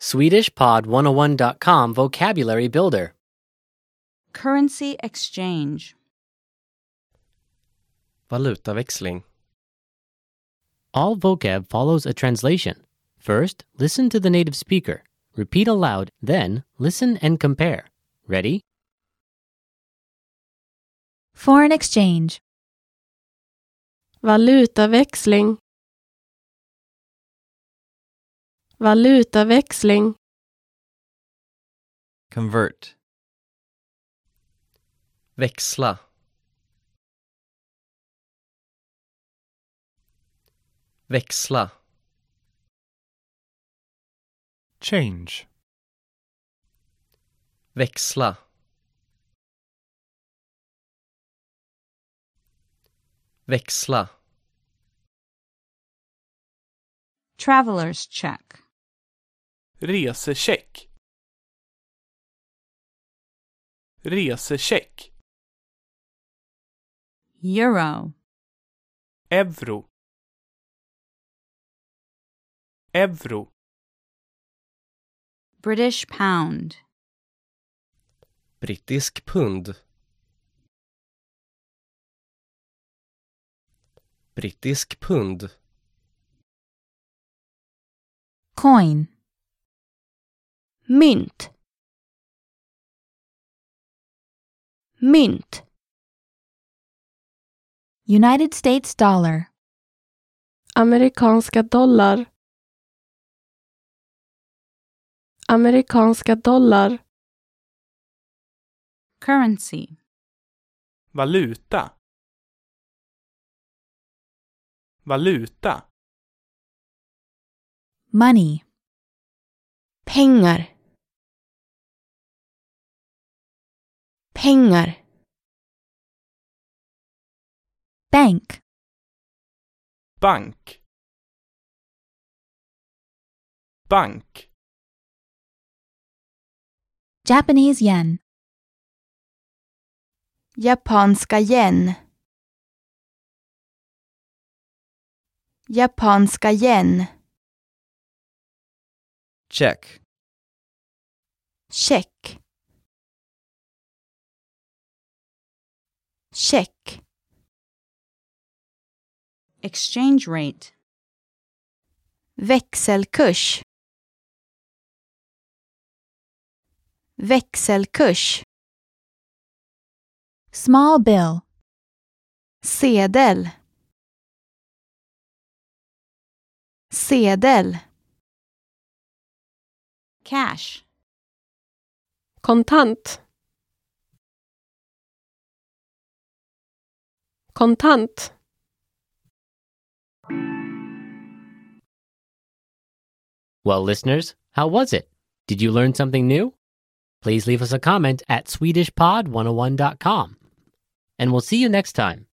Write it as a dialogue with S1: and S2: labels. S1: SwedishPod101.com Vocabulary Builder.
S2: Currency exchange.
S3: Valutaväxling.
S1: All vocab follows a translation. First, listen to the native speaker. Repeat aloud, then, listen and compare. Ready?
S4: Foreign exchange.
S5: Valutaväxling. Valutaväxling.
S3: Convert. Växla. Växla.
S6: change,
S3: Växla. Växla.
S2: Traveler's check.
S7: Resecheck. Resecheck.
S2: Euro.
S7: Euro. Euro.
S2: British pound.
S3: Brittisk pund. Brittisk pund.
S4: Coin.
S5: Mynt. Mynt.
S4: United States dollar.
S5: Amerikanska dollar. Amerikanska dollar.
S2: Currency.
S7: Valuta. Valuta.
S4: Money.
S5: Pengar. Pengar.
S4: Bank.
S7: Bank. Bank.
S4: Japanese yen.
S5: Japanska yen. Japanska yen.
S3: Check.
S5: Check. Check.
S2: Exchange rate.
S5: Växelkurs. Växelkurs.
S4: Small bill.
S5: Sedel. Sedel.
S2: Cash.
S5: Kontant. Kontant.
S1: Well, listeners, how was it? Did you learn something new? oh Please leave us a comment at SwedishPod101.com. And we'll see you next time.